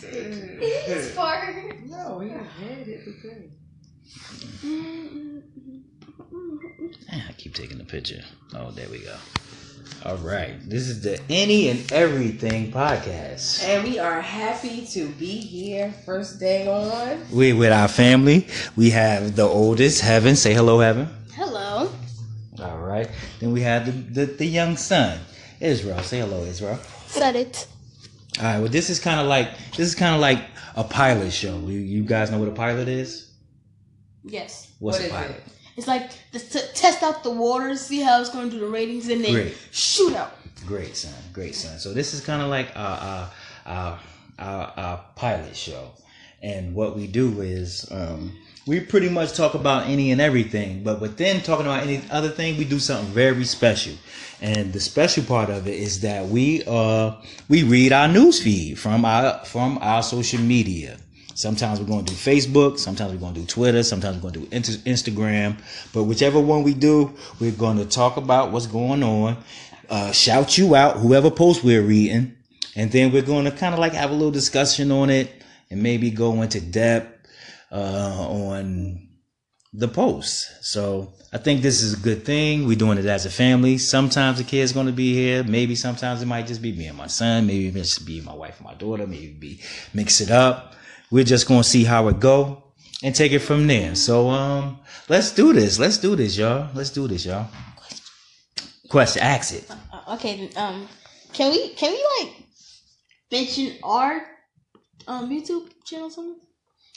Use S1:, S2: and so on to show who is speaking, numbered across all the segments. S1: It's far.
S2: No, he had it okay.
S3: Damn, I keep taking the picture. Oh, there we go. All right, this is the Any and Everything podcast.
S2: And we are happy to be here. First day on.
S3: We with our family. We have the oldest, Heaven. Say hello, Heaven.
S1: Hello.
S3: All right. Then we have the the, the young son, Israel. Say hello, Israel.
S1: Said it.
S3: All right. Well, this is kind of like this is kind of like a pilot show. You, you guys know what a pilot is?
S1: Yes.
S3: What's
S2: What
S3: a
S2: is
S3: pilot?
S2: it?
S1: It's like let's t- test out the waters, see how it's going to do the ratings, and then
S3: Great.
S1: shoot out.
S3: Great son, great son. So this is kind of like our, our, our, our, our pilot show, and what we do is um, we pretty much talk about any and everything. But within talking about any other thing, we do something very special, and the special part of it is that we uh we read our news feed from our from our social media. Sometimes we're going to do Facebook, sometimes we're going to do Twitter, sometimes we're going to do Inter- Instagram. But whichever one we do, we're going to talk about what's going on, uh, shout you out, whoever post we're reading, and then we're going to kind of like have a little discussion on it and maybe go into depth uh, on the post. So I think this is a good thing. We're doing it as a family. Sometimes the kid's going to be here. Maybe sometimes it might just be me and my son. Maybe it just be my wife and my daughter. Maybe it be mix it up. We're just going to see how it go and take it from there. So um, let's do this. Let's do this, y'all. Let's do this, y'all. Question, ask it.
S1: Uh, okay. then, Um, can we can we like mention our um YouTube channel or something?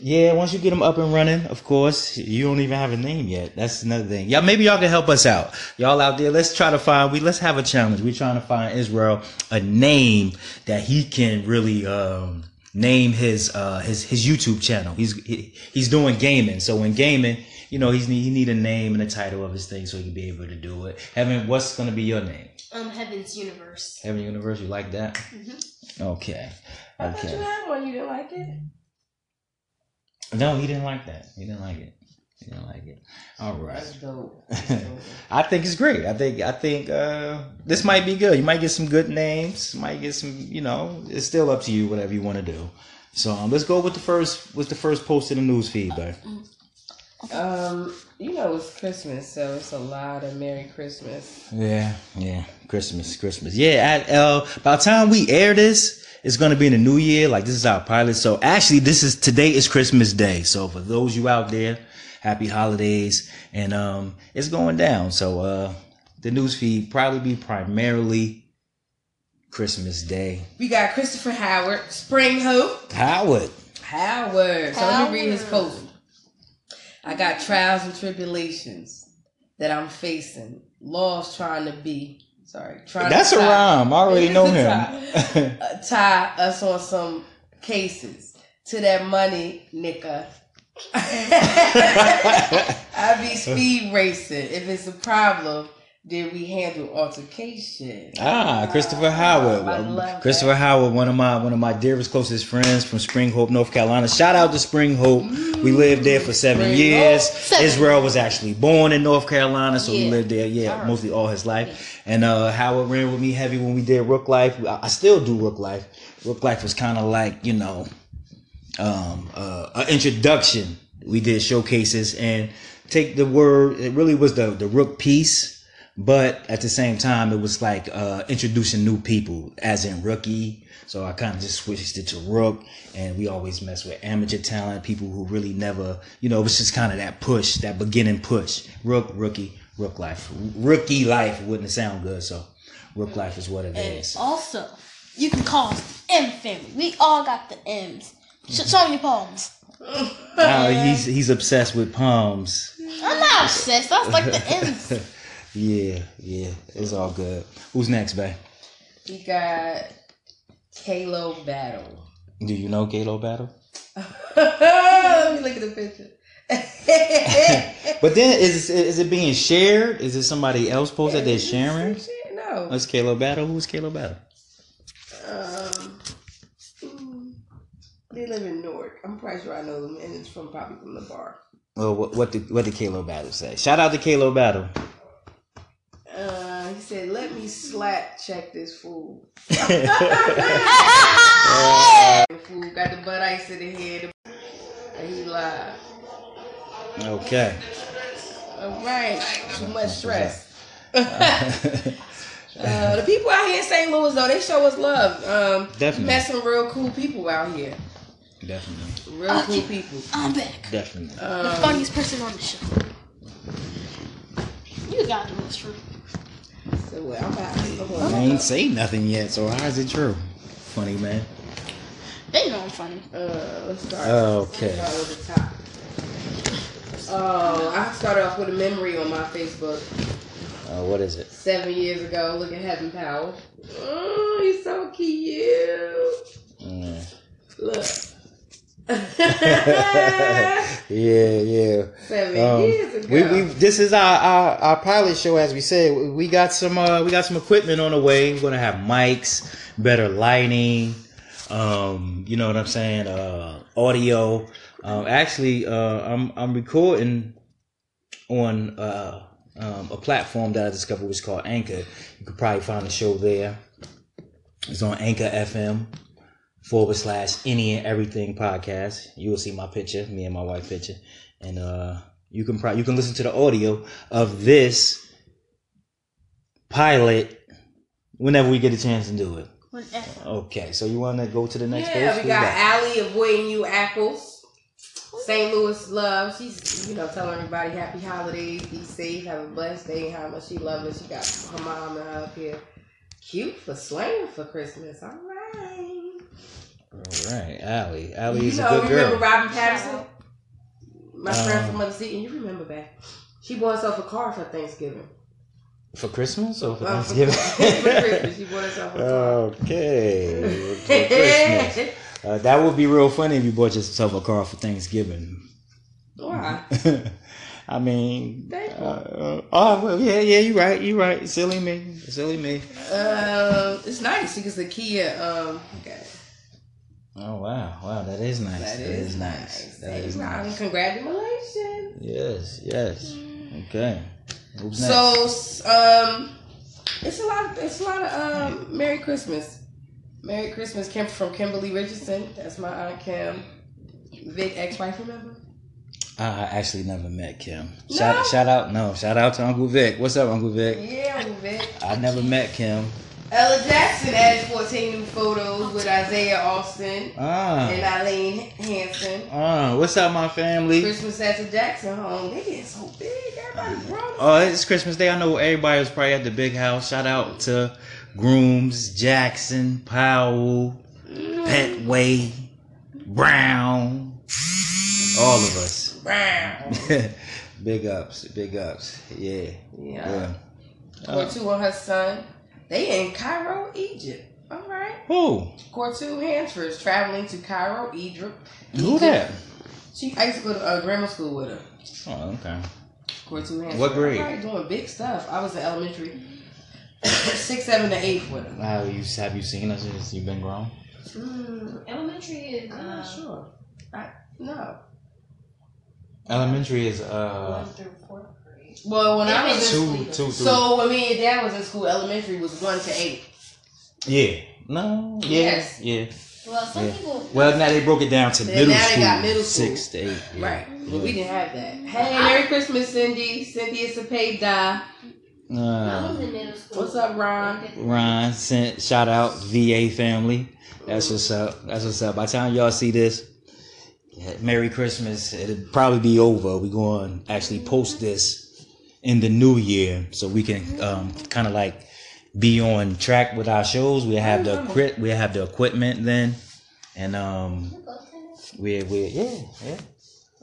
S3: Yeah, once you get them up and running, of course, you don't even have a name yet. That's another thing. Y'all, maybe y'all can help us out. Y'all out there, let's try to find. We let's have a challenge. We're trying to find Israel a name that he can really um, name his uh, his his YouTube channel. He's he, he's doing gaming, so in gaming, you know, he's he need a name and a title of his thing so he can be able to do it. Heaven, what's gonna be your name?
S1: Um, Heaven's Universe.
S3: Heaven Universe, you like that?
S1: Mm-hmm.
S3: Okay,
S2: I thought you
S3: okay.
S2: had one. You didn't like it?
S3: No, he didn't like that. He didn't like it. He didn't like it. All right.
S2: That's dope. That's dope.
S3: I think it's great. I think I think uh, this might be good. You might get some good names. Might get some. You know, it's still up to you. Whatever you want to do. So um, let's go with the first with the first post in the news feed, babe.
S2: um, you know it's Christmas, so it's a lot of Merry Christmas.
S3: Yeah, yeah. Christmas, Christmas. Yeah. At, uh, by the time we air this, it's gonna be in the new year. Like this is our pilot. So actually, this is today is Christmas Day. So for those you out there, happy holidays. And um, it's going down. So uh, the news feed probably be primarily Christmas Day.
S2: We got Christopher Howard, Spring Hope.
S3: Howard.
S2: Howard. So let me read his
S1: Howard.
S2: post. I got trials and tribulations that I'm facing. Laws trying to be. Sorry. Trying
S3: That's
S2: to
S3: a
S2: tie-
S3: rhyme. I already
S2: It
S3: know
S2: is a
S3: him.
S2: uh, tie us on some cases. To that money, nigga. I be speed racing. If it's a problem, then we handle altercation.
S3: Ah, Christopher Howard.
S2: I love
S3: Christopher Howard, one of my one of my dearest closest friends from Spring Hope, North Carolina. Shout out to Spring Hope. We lived there for seven
S2: Spring
S3: years.
S2: Hope.
S1: Seven.
S3: Israel was actually born in North Carolina, so he
S1: Yeah.
S3: lived there, yeah,
S1: Alright.
S3: mostly all his life. And uh, Howard ran with me heavy when we did Rook Life. I, I still do Rook Life. Rook Life was kind of like you know um, uh, an introduction. We did showcases and take the word. It really was the the Rook piece, but at the same time, it was like uh, introducing new people, as in rookie. So I kind of just switched it to Rook, and we always mess with amateur talent, people who really never, you know, it was just kind of that push, that beginning push. Rook, rookie, Rook life, rookie life wouldn't sound good, so Rook life is what it
S1: And
S3: is.
S1: also, you can call us the M family. We all got the M's. Sh- show me your palms.
S3: Now Uh, he's he's obsessed with palms.
S1: I'm not obsessed. That's like the M's.
S3: Yeah, yeah, it's all good. Who's next, babe?
S2: We got Kalo Battle.
S3: Do you know Galo Battle?
S2: Let me look at the picture.
S3: But then is is it being shared? Is it somebody else post that they're sharing?
S2: No.
S3: That's Kalo Battle. Who's Kalo Battle? Uh,
S2: Um, mm, they live in Newark. I'm pretty sure I know them, and it's from probably from the bar.
S3: Well, Oh, what what did what did Kalo Battle say? Shout out to Kalo Battle.
S2: Uh, he said, "Let me slap check this fool."
S3: yeah,
S2: The fool got the butt ice in the head. And he lied.
S3: Okay.
S2: All right. Too much stress.
S3: Uh,
S2: Uh, the people out here in St. Louis, though, they show us love. Um,
S3: Definitely.
S2: You met some real cool people out here.
S3: definitely,
S2: Real
S1: Okay.
S2: cool people.
S1: I'm back.
S3: definitely.
S1: The
S2: Um,
S1: funniest person on the show. You got it, Miss Ruth.
S2: so what, I'm about to go
S3: I
S2: on.
S3: ain't say nothing yet, so how is it true? Funny man.
S1: They know I'm funny.
S2: Uh, let's start.
S3: Okay.
S2: Start with the top. Oh, I started off with a memory on my Facebook
S3: Uh, what is it?
S2: seven years ago. Look at Heaven Power. Oh, he's so cute.
S3: Mm.
S2: Look.
S3: yeah, yeah.
S2: seven
S3: Um,
S2: years ago.
S3: we, we this is our, our our pilot show as we said We- we got some uh we got some equipment on the way we're gonna have mics better lighting um you know what i'm saying uh audio um actually uh i'm i'm recording on uh um, a platform that i discovered was called anchor you could probably find the show there it's on anchor fm forward slash any and everything podcast you will see my picture me and my wife picture and uh you can probably you can listen to the audio of this pilot whenever we get a chance to do it.
S1: Whenever.
S3: Okay, so you want to go to the next
S2: yeah,
S3: page?
S2: we got Allie avoiding you apples. St. Louis love. She's you know telling everybody happy holidays, be safe, have a blessed day, how much she loves us. She got her mom and her up here. Cute for slaying for Christmas. All right.
S3: All right, Allie. Allie
S2: you
S3: is a
S2: know,
S3: good
S2: remember
S3: girl.
S2: Robin Patterson? My friend
S3: Um,
S2: from Mother Seaton, you remember back. She bought herself a car for Thanksgiving.
S3: For Christmas or for
S2: Well, Oh, for-
S3: Thanksgiving? Oh,
S2: for Christmas, she bought herself a car.
S3: okay. For Christmas. Uh, that would be real funny if you bought yourself a car for Thanksgiving.
S2: Why?
S3: I mean,
S2: Thankful.
S3: uh, uh, oh well, yeah, yeah, you're right, you're right. Silly me, silly me.
S2: Um, it's nice because the Kia. Um, okay,
S3: Oh wow, wow, that is nice.
S2: that is nice.
S3: That is
S2: Hey, Robin,
S3: nice.
S2: Congratulations.
S3: Yes, yes. Okay. Who's next?
S2: So, s- um, it's a lot. Of, it's a lot of um, Merry Christmas. Merry Christmas, Kim from Kimberly Richardson. That's my aunt Kim. Vic, ex-wife, remember?
S3: I actually never met Kim.
S2: No?
S3: Shout shout out no, shout out to Uncle Vic. What's up, Uncle Vic?
S2: Yeah, Vic.
S3: I never met Kim.
S2: Ella Jackson added 14 new photos with Isaiah Austin and
S3: Ah.
S2: Eileen Hanson.
S3: Ah, what's up my family?
S2: Christmas at the Jackson home. They get so big. Everybody grown.
S3: Oh, it's Christmas Day. I know everybody was probably at the big house. Shout out to Grooms, Jackson, Powell, uh, Petway, Brown, all of us.
S2: Wow.
S3: big ups, big ups. Yeah,
S2: Yeah.
S3: yeah. Ah.
S2: Cortu and her son. They in Cairo, Egypt. All right.
S3: Who?
S2: Cortu Hansford is traveling to Cairo, Egypt.
S3: Who that?
S2: She I used to go to uh, grammar school with her.
S3: Oh, okay.
S2: Cortu Hansford.
S3: What grade?
S2: I'm probably doing big stuff. I was in elementary. Six, seven, and eight with her.
S3: Have you have you seen us since you've been grown?
S2: Mm,
S4: Elementary is
S2: I'm
S4: uh,
S2: not sure. I no.
S3: Elementary is
S4: one
S3: uh
S4: through fourth grade.
S2: Well, when I was in
S3: two two three.
S2: So when me and dad was in school, elementary was one to eight.
S3: yeah. No. Yeah.
S2: Yes.
S3: Yeah.
S4: Well, some
S3: Yeah.
S4: people.
S3: Well, now they broke it down to
S2: Then
S3: middle,
S2: now they
S3: school,
S2: got middle
S3: six to eight. yeah.
S2: Right. But we didn't have that. Hey, Merry Christmas, Cindy. Cynthia Cepeda.
S4: I was
S3: Uh,
S4: in middle school.
S2: What's up, Ron?
S3: Ron sent shout out VA family. That's what's up. That's what's up. By the time y'all see this, yeah, Merry Christmas. It'll probably be over. We're going to actually post this in the new year so we can um, kind of like be on track with our shows. We have the equip, we have the equipment then, and um, we we yeah yeah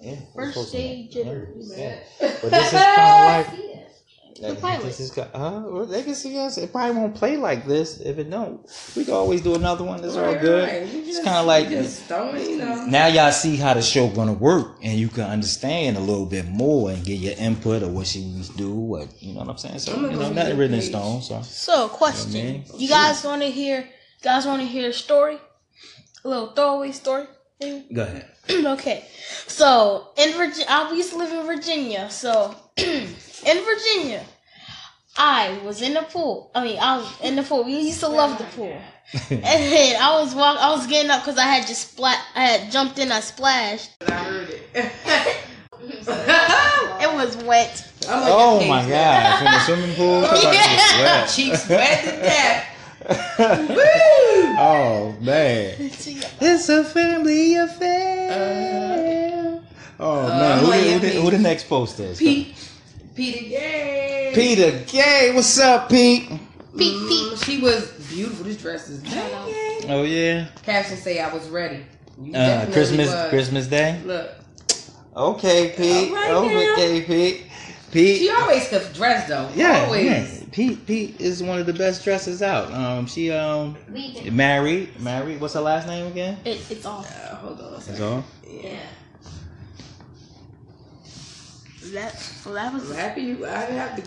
S3: yeah. we're
S1: First
S3: posting
S1: day
S3: that. Yeah,
S1: jitters.
S3: yeah. But this is kind of like
S1: The pilot.
S3: this is go- huh? Well, they can see us. It probably won't play like this if it don't. We can always do another one. That's all good. It's kind of like
S2: just throwing, you know.
S3: now y'all see how the show gonna work, and you can understand a little bit more and get your input of what she needs to do. What you know what I'm saying? So
S2: I'm
S3: you
S2: gonna
S3: know,
S2: go
S3: nothing
S2: read
S3: written in
S2: the
S3: stone. So
S1: So, question.
S3: man.
S1: You guys want to hear? You guys want to hear a story? A little throwaway story? Maybe?
S3: go ahead.
S1: okay. So in Virginia, I used to live in Virginia. So in Virginia, I was in the pool. I mean, I was in the pool. We used to love the pool. And then I was walk. I was getting up because I had just splat. I had jumped in. I splashed.
S2: But I heard it.
S1: It was wet.
S2: I'm like,
S3: oh
S2: "This
S3: my
S2: thing's
S3: god! From the swimming pool,
S2: wet."
S3: yeah.
S2: Cheeks wet to death. Woo!
S3: oh man, it's a family affair. Oh man,
S2: Uh,
S3: who, the- who, the,
S2: Miami.
S3: who the next post is?
S2: Pete. Peter Gay.
S3: Peter Gay, what's up, Pete?
S1: Pete, Pete.
S2: Mm, she was beautiful. This dress is banging.
S3: Oh yeah,
S2: Caption say I was ready. You
S3: uh,
S2: definitely
S3: Christmas,
S2: was.
S3: Christmas Day.
S2: Look,
S3: Okay, Pete.
S2: All right, now.
S3: okay, Pete. Pete.
S2: she always could dress though.
S3: yeah,
S2: always.
S3: yeah. Pete. Pete is one of the best dressers out. Um, she um
S4: We can.
S3: married. Married. What's her last name again?
S1: It, it's off.
S2: Uh, hold on a second.
S3: That's all.
S2: Yeah.
S1: That, well, that was
S2: I'm happy you. I didn't have to